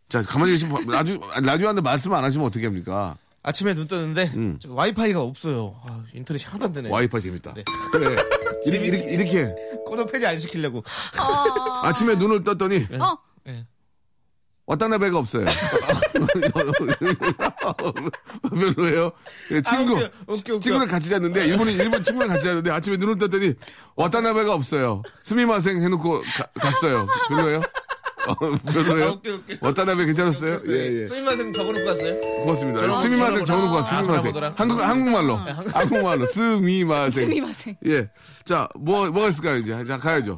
B: 자, 가만히 계시면 봐- 라디오, 라디오한테 말씀 안 하시면 어떻게 합니까?
C: 아침에 눈 떴는데
B: 음.
C: 저 와이파이가 없어요. 아, 인터넷이 하나도 안 되네.
B: 와이파이 재밌다.
C: 네.
B: 그래. 이렇게, 이렇게, 이렇게 해.
C: 코너 폐지 안 시키려고.
B: 아침에 눈을 떴더니
D: 어,
B: 왔다나 배가 없어요. 별로예요? 예, 친구,
C: 아, 웃겨, 웃겨, 웃겨.
B: 친구랑 같이 잤는데, 일본인, 일본 친구랑 같이 잤는데, 아침에 눈을 떴더니, 왔다나 배가 없어요. 스미마생 해놓고 가- 갔어요. 별로예요? 어,
C: 아,
B: 별로예요?
C: 웃겨, 웃겨.
B: 왔다나 배 괜찮았어요? 예, 예.
C: 스미마셍 적어놓고 갔어요.
B: 고맙습니다.
C: 저런
B: 스미마생
C: 거구나.
B: 적어놓고
C: 아, 네,
B: 갔어요. 스미마생.
C: 저런 거구나.
B: 한국, 한국말로. 한국말로. 스미마생.
D: 스미마생.
B: 예. 자, 뭐, 뭐가 있을까요, 이제? 자, 가야죠.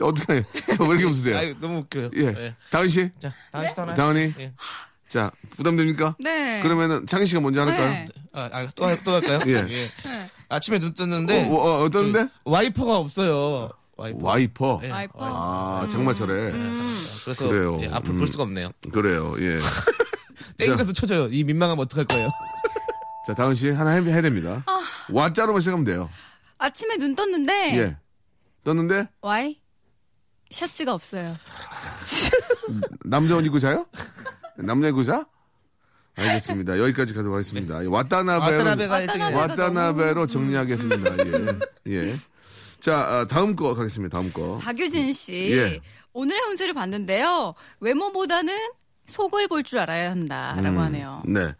B: 어떻게, 왜 이렇게 웃으세요?
C: 아유, 너무 웃겨요.
B: 예. 다은 씨?
C: 자, 다음 시도 하나.
B: 다은이?
C: 하시죠. 예.
B: 자, 부담됩니까?
D: 네.
B: 그러면은 창희 씨가 먼저 할까요?
D: 네.
C: 아, 아, 또, 할- 또 할까요?
B: 예.
C: 아침에 눈 떴는데
B: 어, 어, 어떤데?
C: 네. 저기 와이퍼가 없어요. 와이퍼.
B: 와이퍼.
C: 예.
D: 와이퍼.
B: 아, 장마철에.
D: 음.
C: 그래서
B: 그래요.
C: 예, 앞을
B: 음.
C: 볼 수가 없네요.
B: 그래요, 예.
C: 땡이라도 쳐줘요. 이 민망하면 어떡할 거예요?
B: 자, 다은 씨 하나 해, 해야 됩니다.
D: 아.
B: 와자로만 시작하면 돼요.
D: 아침에 눈 떴는데
B: 예. 떴는데,
D: 와이 셔츠가 없어요.
B: 남자 옷 입고 자요? 남자 입고 자? 알겠습니다. 여기까지 가도록 하겠습니다. 예, 와타나베로,
C: 네. 와타나베가 1등이에요.
D: 와타나베가
B: 와타나베로 정리하겠습니다. 예. 예. 자, 아, 다음 거 가겠습니다. 다음 거.
D: 박유진 씨
B: 예.
D: 오늘의 운세를 봤는데요. 외모보다는 속을 볼 줄 알아야 한다라고 하네요.
B: 네.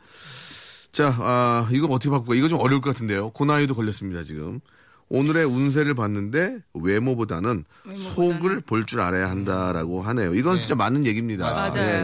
B: 자, 아, 이거 어떻게 바꿀까? 이거 좀 어려울 것 같은데요. 고나이도 걸렸습니다, 지금. 오늘의 운세를 봤는데 외모보다는 속을 볼 줄 알아야 한다라고 하네요. 이건 진짜 맞는 얘기입니다. 예,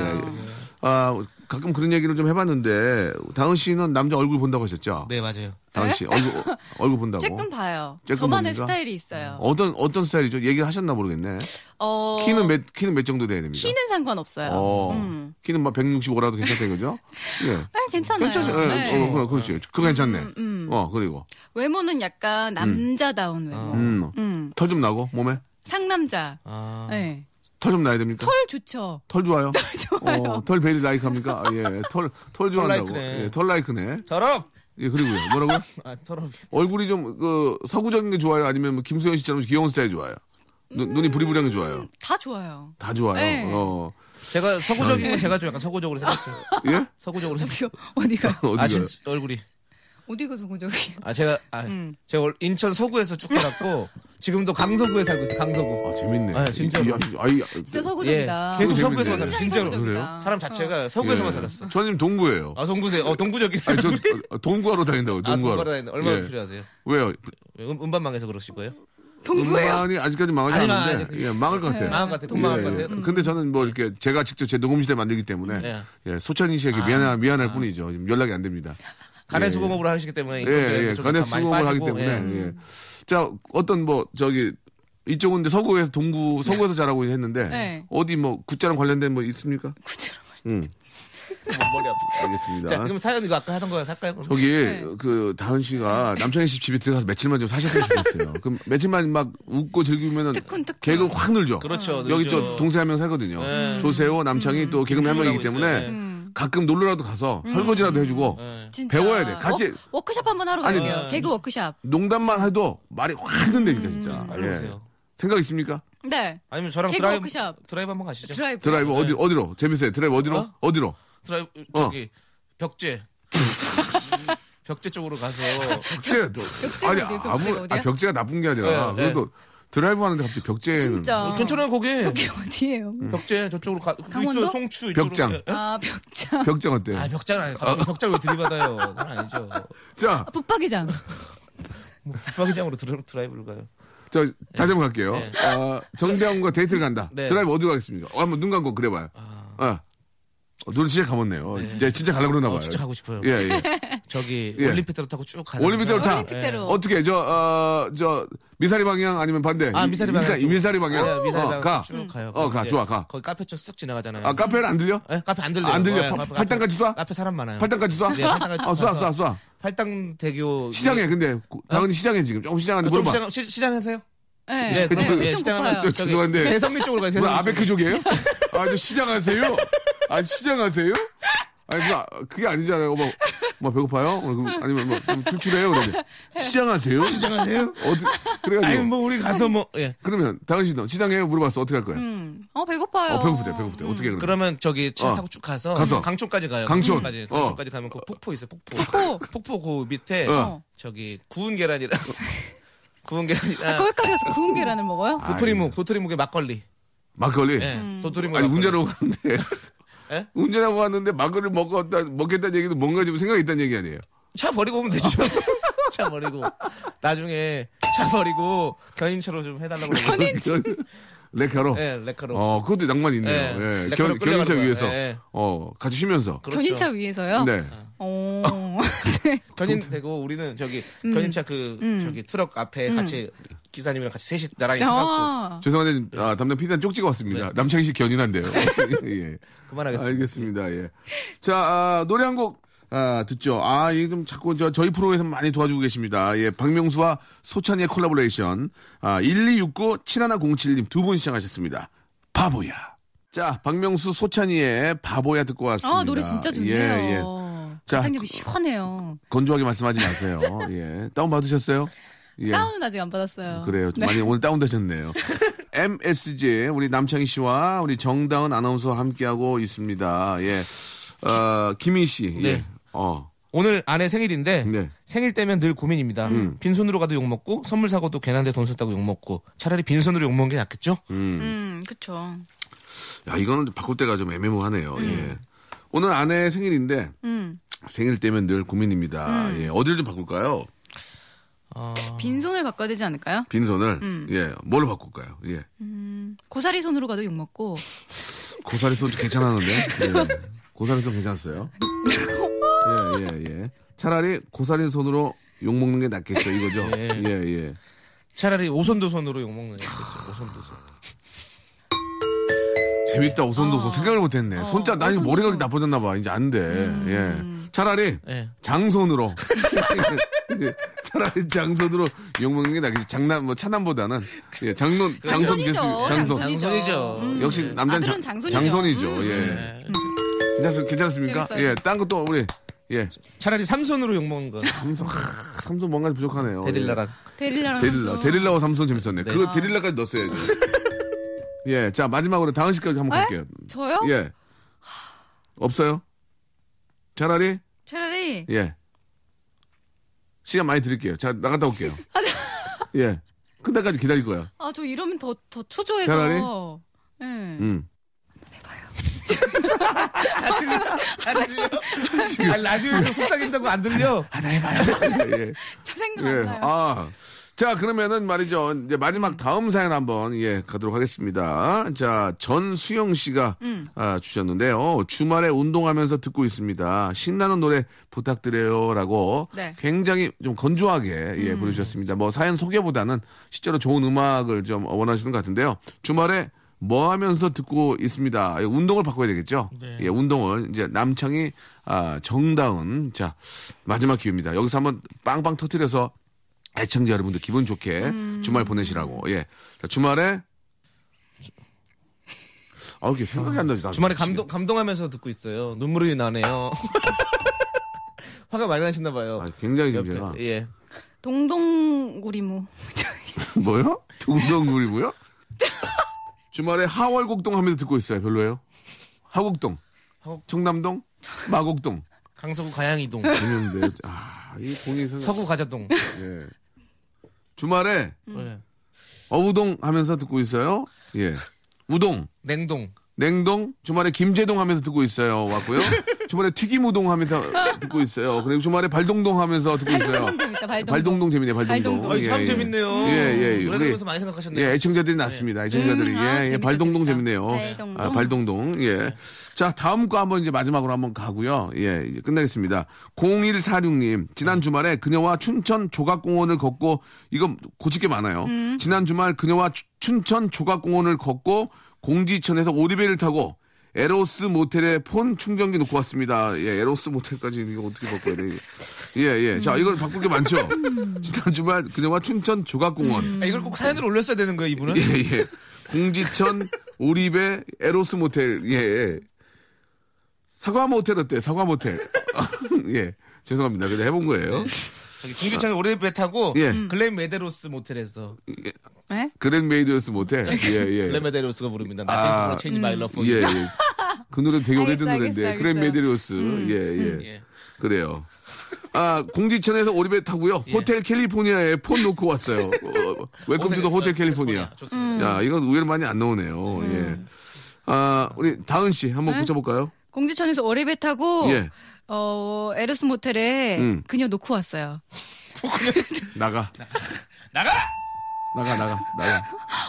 D: 맞아요.
B: 아, 가끔 그런 얘기를 좀 해봤는데 다은 씨는 남자 얼굴 본다고 하셨죠?
C: 네, 맞아요.
B: 다은 씨 얼굴 어, 얼굴 본다고.
D: 조금 봐요.
B: 쬐끔
D: 저만의
B: 봅니까?
D: 스타일이 있어요.
B: 어떤 어떤 스타일이죠? 얘기를 하셨나 모르겠네.
D: 어,
B: 키는 몇 키는 몇 정도 돼야 됩니까?
D: 키는 상관없어요.
B: 어,
D: 음.
B: 키는 막 165라도 괜찮다 이거죠? 예.
D: 아, 괜찮아요.
B: 괜찮죠? 예,
D: 네. 음,
B: 어, 그럼 그렇지. 그거 괜찮네. 어, 그리고.
D: 외모는 약간 남자다운 외모.
B: 음.
D: 음.
B: 털 좀 나고, 몸에?
D: 상남자.
C: 아,
D: 네.
B: 털 좀 나야 됩니까?
D: 털 좋죠.
B: 털 좋아요?
D: 털 좋아요.
B: 어, 털 베리 라이크 합니까? 아, 예, 털, 털 좋아한다고.
C: 라이크네.
B: 예, 털 라이크네.
C: 더럽!
B: 예, 그리고요. 뭐라고요?
C: 아, 더럽.
B: 얼굴이 좀, 그, 서구적인 게 좋아요? 아니면 뭐 김수현 씨처럼 귀여운 스타일 좋아요? 눈, 눈이 부리부리한 게 좋아요?
D: 다 좋아요.
B: 다 좋아요.
D: 음. 네.
B: 어.
C: 제가 서구적인 건 제가 좀 약간 서구적으로 생겼죠.
B: 예?
C: 서구적으로 생겼죠.
D: 어디가 어디가
B: 어디가요?
C: 아, 진짜 얼굴이.
D: 어디가 소고적이 음.
C: 아, 제가, 아, 제가 원- 인천 서구에서 쭉 자랐고, 지금도 강서구에 살고 있어요. 강서구.
B: 아 재밌네.
C: 아, 진짜로.
B: 이- 야, 이- 아이, 예.
D: 진짜 서구적이다.
C: 계속
B: 재밌네.
C: 서구에서만 살았어.
D: 굉장히
C: 진짜로.
D: 서구적이다.
C: 사람 자체가 서구에서만
B: 예.
C: 살았어.
B: 저님 동구예요.
C: 아 동구세. 어 동구적인.
B: 아니, 저 어, 동구하러 다닌다고.
C: 아
B: 동구하러.
C: 동구하러 다니는 얼마나
B: 예.
C: 필요하세요?
B: 왜요?
C: 음, 음반망에서 그러실 거예요?
D: 동구예요?
B: 음반이 아직까지 망하지
C: 아니,
B: 않았는데
C: 아니,
B: 예, 망할 것 같아요.
C: 망할 것 같아요. 그 돈 망할 것 같아요.
B: 근데 저는 뭐 이렇게 제가 직접 제 녹음실에 만들기 때문에
C: 음. 예. 아.
B: 예, 소찬이 씨에게 미안하, 미안할 뿐이죠. 지금 연락이 안 됩니다.
C: 간의
B: 예.
C: 수공업을 하시기 때문에
B: 예, 예. 간에 수긍을 하기 때문에. 예. 자, 어떤 뭐, 저기, 이쪽은 이제 서구에서
C: 네.
B: 동구, 서구에서 자라고 했는데,
D: 네.
B: 어디 뭐, 굿자랑 관련된 뭐 있습니까? 응,
C: 뭐 머리 아프다.
B: 알겠습니다.
C: 자 그럼 사연 이거 아까 하던 거 할까요? 그럼?
B: 저기,
D: 네.
B: 그, 다은 씨가 남창희 씨 집에 들어가서 며칠만 좀 사셨으면 좋겠어요. 그럼 며칠만 막 웃고 즐기면은
D: 뜨끈뜨끈. 어.
B: 개그 확 늘죠.
C: 그렇죠,
B: 여기
C: 늘죠.
B: 저 동생 한 명 살거든요.
C: 네.
B: 조세호, 남창희
D: 음.
B: 또 개그맨 한 명이기
C: 있어요.
B: 때문에
C: 네.
B: 가끔 놀러라도 가서 설거지라도 해주고
C: 예.
D: 진짜. 어?
B: 배워야 돼. 같이-
D: 워, 워크숍 한번 하러
B: 아니,
D: 갈게요. 개그 워크숍.
B: 농담만 해도 말이 확
D: 음.
B: 는다니까, 진짜. 예.
C: 빨리 음. 오세요.
B: 생각 있습니까?
D: 네.
C: 아니면 저랑
D: 개그
C: 드라이브
D: 워크숍.
C: 드라이브 한번 가시죠. 드라이브,
D: 드라이브.
B: 그렇죠. 드라이브 어디 어디로 재밌어요. 드라이브 어디로
C: 네. 어?
B: 어? 디로
C: 저기 벽제 벽제 쪽으로 가서
B: 벽제 도
D: 벽제가 어디예요? 벽제가 어디야?
B: 아 벽제가 나쁜 게 아니라
C: 네, 네.
B: 그래도 드라이브 하는데 갑자기 벽제는
D: 진짜.
C: 어, 괜찮아요 거기
D: 이게 어디예요?
B: 네?
C: 벽제 저쪽으로 가 그쪽
D: 강원도?
C: 송추
B: 벽장.
C: 이쪽으로. 예?
D: 아, 벽장.
B: 벽장 예. 어때?
C: 아 벽장 아니 갑자기 벽장 왜 들이받아요? 그건 아니죠.
B: 자,
D: 붙박이장.
C: 뭐 북박이장으로 드라- 드라이브를 가요.
B: 저 다시 한번 갈게요.
C: 네.
B: 아, 정대원과 데이트를 간다.
C: 네.
B: 드라이브 어디로 가겠습니까? 어, 한번 눈 감고 그래봐요. 아. 어, 눈 진짜 감았네요. 이제 진짜 가려고 그러나 봐요.
C: 어, 진짜 가고 싶어요.
B: 예, 예.
C: 저기
B: 예.
C: 올림픽대로 타고 쭉 가요.
B: 올림픽대로 타.
D: 올림픽대로.
B: 어떻게 저, 어, 저 미사리 방향 아니면 반대?
C: 아
B: 이-
C: 미사리 방향.
B: 미사- 미사리 방향.
C: 네, 미사리
B: 어,
C: 방향
B: 가.
C: 쭉 가요.
B: 어, 가.
C: 이제
B: 좋아, 가.
C: 거기 카페 쪽 쓱 지나가잖아요.
B: 아 카페는 안 들려?
C: 예, 카페 안 들려요.
B: 안 들려.
C: 예,
B: 팔-
C: 카페-
B: 팔당까지 쏴?
C: 카페 사람 많아요.
B: 팔당까지 쏴?
C: 네, 팔당까지
B: 어, 쏴, 쏴,
C: 가서
B: 쏴.
C: 팔당대교 그
B: 시장에 근데 고- 당연히 시장에 지금 조금 시장 안에
C: 좀
B: 물어봐.
C: 아, 시장 시, 장하세요
D: 네.
C: 네,
D: 네,
C: 그럼 예,
D: 좀
C: 시장 하나
D: 고파요.
B: 저- 죄송한데.
C: 대성리 쪽으로 가요.
B: 뭐
C: 대성리 쪽으로.
B: 아베크족이에요? 아 저 시장하세요? 아 시장하세요? 아니 뭐 아, 그게 아니잖아요. 뭐, 뭐 배고파요? 어, 그럼 아니면 뭐 좀 출출해요? 그러면 시장하세요?
C: 시장하세요?
B: 어디 그래가지고
C: 아니 뭐 우리 가서 뭐 예.
B: 그러면 당은 씨도 시장해요? 물어봤어 어떻게 할 거예요?
D: 음. 어, 배고파요.
B: 어 배고프대 배고프대 어떻게 그럼?
C: 그러면 저기 차
B: 어.
C: 타고 쭉 가서,
B: 가서.
C: 강촌까지 가요.
B: 강촌.
C: 강촌까지,
B: 어.
C: 강촌까지 가면 그 폭포 있어요. 폭포.
D: 폭포.
C: 폭포 그 밑에
B: 어.
C: 저기 구운 계란이랑 구운
D: 아,
C: 계란이랑
D: 거기까지 가서 구운 계란을
B: 아,
D: 먹어요?
C: 도토리묵, 도토리묵의 막걸리.
B: 막걸리.
C: 예.
D: 음.
C: 도토리묵.
B: 아니
C: 막걸리.
B: 운전하고 갔는데
C: 예?
B: 운전하고 갔는데 막걸리 먹었다 먹겠다는 얘기도 뭔가 좀 생각이 있다는 얘기 아니에요?
C: 차 버리고 오면 되죠.
B: 아.
C: 차 버리고 나중에 차 버리고 견인차로 좀 해달라고. 그러고.
B: 레카로.
C: 예, 레카로.
B: 어 그것도 낭만 이 있네요.
C: 예,
B: 예. 견,
C: 레카로
B: 견인차
C: 끌려가는 거야.
B: 위에서
C: 예, 아. 예.
B: 어 같이 쉬면서.
C: 그렇죠.
D: 전인차 위에서요?
B: 네.
D: 오. 아.
C: 견인되고 우리는 저기
D: 음.
C: 견인차 그 저기 트럭 앞에 같이 기사님이랑 같이 셋이 나란히 타갖고
D: 아,
B: 죄송한데 지금, 아, 담당 피디한 쪽지가 왔습니다.
C: 네.
B: 남창희 씨 견인한데요. 예.
C: 그만하겠습니다.
B: 알겠습니다. 예. 자 아, 노래 한 곡 아, 듣죠. 아, 이게 좀 자꾸 저 저희 프로에서 많이 도와주고 계십니다. 예, 박명수와 소찬이의 콜라보레이션. 아, 1269-7107님 두 분 시청하셨습니다. 바보야. 자, 박명수 소찬이의 바보야 듣고 왔습니다.
D: 아, 노래 진짜 좋네요.
B: 예, 예. 자,
D: 가창력이 시원해요.
B: 건조하게 말씀하지 마세요. 예. 다운 받으셨어요? 예.
D: 다운은 네. 아직 안 받았어요.
B: 그래요. 좀 많이 오늘 다운되셨네요. MSG 우리 남창희 씨와 우리 정다은 아나운서와 함께하고 있습니다. 예. 어, 김희 씨.
C: 네.
B: 예. 어.
C: 오늘 아내 생일인데
B: 네. 음.
C: 생일 때면 늘 고민입니다. 빈손으로 가도 욕 먹고 선물 사고도 괜한데 돈 썼다고 욕 먹고 차라리 빈손으로 욕 먹는 게 낫겠죠?
D: 음, 그쵸.
B: 야, 이거는 좀 바꿀 때가 좀 애매모호하네요. 예. 오늘 아내 생일인데
D: 음.
B: 생일 때면 늘 고민입니다. 예. 어디를 좀 바꿀까요? 아.
D: 빈손을 바꿔야 되지 않을까요?
B: 빈손을.
D: 음.
B: 예. 뭘로 바꿀까요? 예.
D: 고사리 손으로 가도 욕먹고.
B: 고사리 손 괜찮았는데. 예. 고사리 손 괜찮았어요. 예, 예, 예. 차라리 고사리 손으로 욕 먹는 게 낫겠죠, 이거죠.
C: 예.
B: 예, 예.
C: 차라리 오손도손으로 욕 먹는 게 낫겠죠. 오손도손.
B: 재밌다 오손도손
D: 아.
B: 생각을 못했네
D: 어,
B: 손자 나 이제 머리가 그렇게 나빠졌나 봐 이제 안돼
D: 음.
B: 예 차라리
C: 예.
B: 장손으로 예. 차라리 장손으로 욕먹는 게 낫겠지 장남 뭐 차남보다는 예 장손 장손
D: 장손이죠.
B: 괜찮습니다. 장손
D: 장손이죠.
C: 장손이죠.
D: 음.
B: 역시 남자는
D: 아들은
B: 장-
D: 장손이죠.
B: 장손이죠
D: 음.
B: 예 괜찮습, 괜찮습니까
D: 재밌어요.
B: 예딴 것도 우리 예
C: 차라리 삼손으로 욕 먹는 거.
B: 삼손 하, 아, 삼손 뭔가 부족하네요
C: 데릴라랑.
D: 데릴라랑
B: 예. 데릴라
D: 삼손.
B: 데릴라와 삼손 재밌었네
C: 아.
B: 그거 데릴라까지 넣었어야지 예자 마지막으로 다은 씨까지 한번
D: 에?
B: 갈게요
D: 저요?
B: 예. 없어요? 차라리?
D: 차라리
B: 예. 시간 많이 드릴게요. 자, 나갔다 올게요. 예. 끝날까지 기다릴 거야.
D: 아, 저 이러면 더, 더 초조해서.
B: 차라리?
D: 예.
B: 음.
C: 안 들려? 아, 라디오에서 속삭인다고 안 들려?
B: 아, 하나 해봐요. 예.
D: 저 생각 안
B: 예.
D: 나요.
B: 아. 자, 그러면은 말이죠. 이제 마지막 다음 사연 한번 예, 가도록 하겠습니다. 자, 전수영 씨가 아, 주셨는데요. 주말에 운동하면서 듣고 있습니다. 신나는 노래 부탁드려요라고
D: 네.
B: 굉장히 좀 건조하게 예, 보내주셨습니다. 뭐 사연 소개보다는 실제로 좋은 음악을 좀 원하시는 것 같은데요. 주말에 뭐 하면서 듣고 있습니다. 예, 운동을 바꿔야 되겠죠. 예, 운동을 이제 남창이 아, 정다운 자 마지막 기회입니다. 여기서 한번 빵빵 터트려서 애청자 여러분들 기분 좋게 주말 보내시라고. 예, 자, 주말에 아, 이게 생각이 안 나지. 나
C: 주말에
B: 지금.
C: 감동, 감동하면서 듣고 있어요. 눈물이 나네요. 화가 많이 나셨나 봐요.
B: 아, 굉장히 지금
C: 옆에,
B: 제가
C: 예.
D: 동동구리무.
B: 뭐요? 동동구리고요? 주말에 하월곡동 하면서 듣고 있어요. 별로예요? 하곡동,
C: 하곡-
B: 청남동, 마곡동.
C: 강서구 가양이동,
B: 있는데 아, 이 공이 생각.
C: 서구 가자동.
B: 예. 주말에
C: 예.
B: 어우동 하면서 듣고 있어요. 예. 우동,
C: 냉동.
B: 냉동, 주말에 김제동 하면서 듣고 있어요. 왔고요. 주말에 튀김우동 하면서 듣고 있어요. 그리고 주말에 발동동 하면서 듣고 있어요.
D: 발동동 재밌다, 발동동.
B: 예. 발동동 재밌네요. 발동동.
D: 발동동.
C: 아, 참
B: 예, 예.
C: 재밌네요.
B: 예, 예.
C: 노래
B: 우리-
C: 들으면서 많이 생각하셨네요.
B: 예, 애청자들이 났습니다. 애청자들이.
D: 음,
B: 예,
D: 아,
B: 예,
D: 재밌다,
B: 발동동
D: 재밌다.
B: 재밌네요.
D: 발동동. 네.
B: 아, 발동동. 예. 자, 다음 거 한번 이제 마지막으로 한번 가고요. 예, 이제 끝내겠습니다. 0146님,
D: 네.
B: 지난 주말에 그녀와 춘천 조각공원을 걷고, 이거 고칠 게 많아요.
D: 음.
B: 지난 주말 그녀와 추- 춘천 조각공원을 걷고, 공지천에서 오리배를 타고, 에로스 모텔에 폰 충전기 놓고 왔습니다. 예, 에로스 모텔까지 이거 어떻게 바꿔야 돼? 예, 예.
D: 음.
B: 자, 이걸 바꿀 게 많죠? 지난 주말 그녀와 춘천 조각공원.
D: 음.
C: 아, 이걸 꼭 사연으로 올렸어야 되는 거예요, 이분은?
B: 예, 예. 공지천, 오리배, 에로스 모텔, 예, 예. 사과 모텔 어때? 사과 모텔. 예. 죄송합니다. 그냥 해본 거예요.
C: 저기 중기천 오래배 타고
B: 예.
C: 글렌 메데로스 모텔에서
D: 예?
B: 그랜메이드였스 모텔. 예, 예.
C: 글렌 메데로스가 부릅니다.
B: 아,
C: 나댄스 프로 체인지 마이 러브.
B: 예, 예. 그 노래 되게 오래된
D: 알겠어,
B: 노래인데.
D: 알겠어, 음.
B: 그랜메이드스. 예, 예.
C: 예.
B: 그래요. 아, 공지천에서 오리배 타고요. 호텔 캘리포니아에 폰 놓고 왔어요. 어, 웰컴 투더 호텔 캘리포니아.
C: 그 좋습니다.
B: 야, 이건 의외로 많이 안 나오네요. 예.
D: 음.
B: 아, 우리 다은 씨 한번
D: 네?
B: 고쳐볼까요?
D: 공주천에서 오래배 타고
B: 예.
D: 어 에르스 모텔에
B: 음.
D: 그녀 놓고 왔어요.
B: 나가. 나가! 나가, 나가, 나가.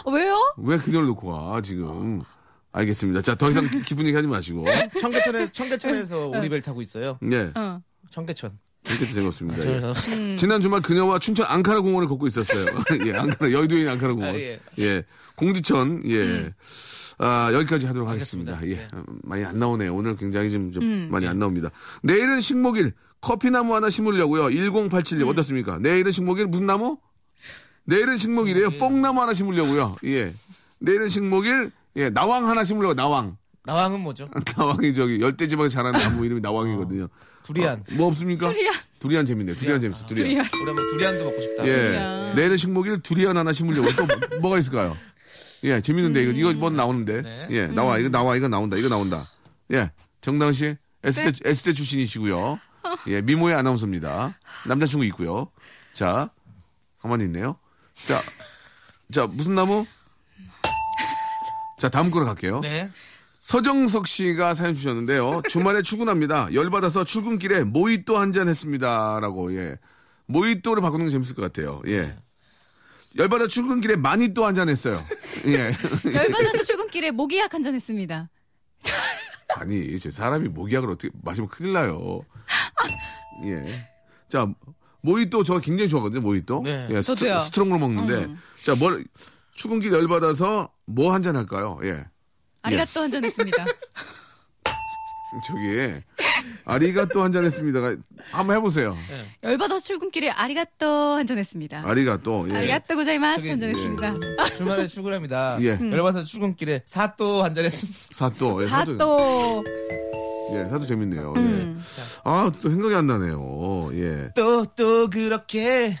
D: 어, 왜요?
B: 왜 그녀를 놓고 와, 지금. 알겠습니다. 자, 더 이상 기- 기분 얘기 하지 마시고.
C: 청계천에서 청계천에서 오리배를 타고 있어요.
B: 예.
D: 어.
C: 청계천.
B: 이렇게 되었습니다. 예.
C: 아, 저에서
B: 지난 주말 그녀와 춘천 앙카라 공원을 걷고 있었어요. 예, 앙카라, 여의도에 있는 앙카라 공원.
C: 아,
B: 예.
C: 예.
B: 공지천, 예. 아, 여기까지 하도록 하겠습니다.
C: 알겠습니다.
B: 예. 음, 많이 안 나오네요. 오늘 굉장히 좀, 좀 많이 안 나옵니다. 내일은 식목일. 커피나무 하나 심으려고요. 1087님 어떻습니까? 내일은 식목일 무슨 나무? 내일은 식목일이에요. 뽕나무 하나 심으려고요. 예. 내일은 식목일. 예, 나왕 하나 심으려고 나왕.
C: 나왕은 뭐죠?
B: 나왕이 저기 열대지방에 자라는 나무 이름이 나왕이거든요.
C: 두리안.
B: 뭐 없습니까?
D: 두리안.
B: 두리안 재밌네요. 두리안 재밌어. 두리안.
C: 우리 한번 두리안도 먹고 싶다.
B: 예. 내일은 식목일 두리안 하나 심으려고 또 뭐- 뭐가 있을까요? 예, 재밌는데 이거 이거 뭐 나오는데.
C: 네.
B: 예, 나와 이거 나와 이거 나온다 이거 나온다. 예, 정다은 씨 S대
C: 네.
B: S대 출신이시고요. 예, 미모의 아나운서입니다. 남자친구 있고요. 자, 가만히 있네요. 자, 자 무슨 나무? 자 다음 거로 갈게요.
C: 네.
B: 서정석 씨가 사연 주셨는데요. 주말에 출근합니다. 열받아서 출근길에 모히또 한 잔 했습니다. 라고, 예. 모히또를 바꾸는 게 재밌을 것 같아요. 예. 열받아 출근길에 마니또 한 잔 했어요. 예.
D: 열받아서 출근길에 모기약 한 잔 했습니다.
B: 아니, 저 사람이 모기약을 어떻게 마시면 큰일 나요. 예. 자, 모히또 저 굉장히 좋아하거든요, 모히또.
C: 네.
B: 예, 스트,
D: 저도요. 음.
B: 스트롱으로 먹는데. 자, 뭘, 출근길 열받아서 뭐 한 잔 할까요? 예.
D: 아리가또 한 잔 했습니다.
B: 저기, 아리가또 한 잔 했습니다가 한번 해보세요.
D: 열받아서 출근길에 아리가또 한 잔 했습니다.
B: 아리가또. 예.
D: 아리가또 고자이마스
C: 저기-
D: 한 잔 했습니다.
C: 주말에 출근합니다.
B: 예.
C: 음. 열받아서 출근길에 사또 한잔 했습니다.
B: 사또. 예,
D: 사또
B: 예, 사또 재밌네요. 예. 아, 또 생각이 안 나네요. 예.
C: 또 또 그렇게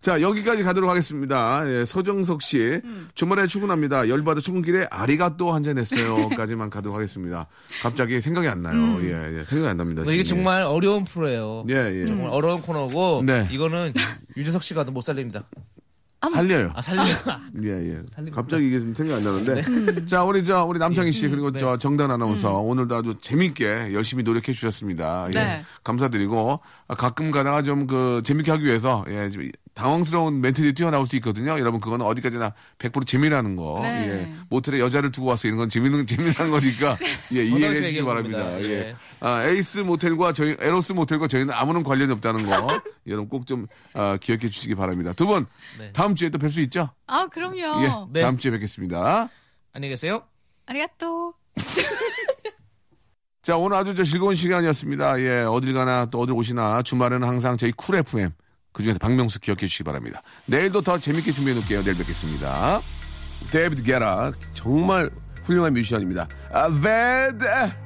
B: 자, 여기까지 가도록 하겠습니다. 예, 서정석 씨. 주말에 출근합니다. 열받아 출근길에 아리가또 한잔 했어요. 까지만 가도록 하겠습니다. 갑자기 생각이 안 나요. 예, 예, 생각이 안 납니다.
C: 근데 뭐 이게
B: 지금.
C: 정말 어려운 프로예요.
B: 예, 예.
C: 정말 어려운 코너고
B: 네.
C: 이거는 유재석 씨가 못 살립니다.
B: 살려요.
C: 아 살려.
B: 예, 예.
C: 살리고 네.
B: 갑자기 이게 좀 생각이 안 나는데. 음. 자, 우리 저, 우리 남창희
C: 음.
B: 씨, 그리고 저 정단 아나운서, 오늘도 아주 재밌게 열심히 노력해 주셨습니다. 예.
D: 네.
B: 감사드리고, 아, 가끔 가다가 좀 그, 재밌게 하기 위해서, 예, 좀 당황스러운 멘트들이 뛰어나올 수 있거든요. 여러분, 그건 어디까지나 100% 재미라는 거.
D: 네.
B: 예. 모텔에 여자를 두고 와서 이런 건 재미는, 재미난 거니까, 예, 이해해 주시기
C: 얘기한
B: 바랍니다.
C: 겁니다.
B: 예.
C: 예.
B: 아, 에이스 모텔과 저희, 에로스 모텔과 저희는 아무런 관련이 없다는 거. 여러분 꼭 좀, 아, 기억해 주시기 바랍니다. 두 분, 다음 주에 또 뵐 수 있죠?
D: 아, 그럼요.
B: 예,
C: 네.
B: 다음 주에 뵙겠습니다.
C: 안녕히 계세요.
D: 아리가또.
B: 자, 오늘 아주 저 즐거운 시간이었습니다. 예, 어딜 가나 또 어딜 오시나 주말에는 항상 저희 쿨 FM 그중에서 박명수 기억해 주시기 바랍니다. 내일도 더 재밌게 준비해 놓을게요. 내일 뵙겠습니다. 데이비드 게라 정말 훌륭한 뮤지션입니다. 아, bad.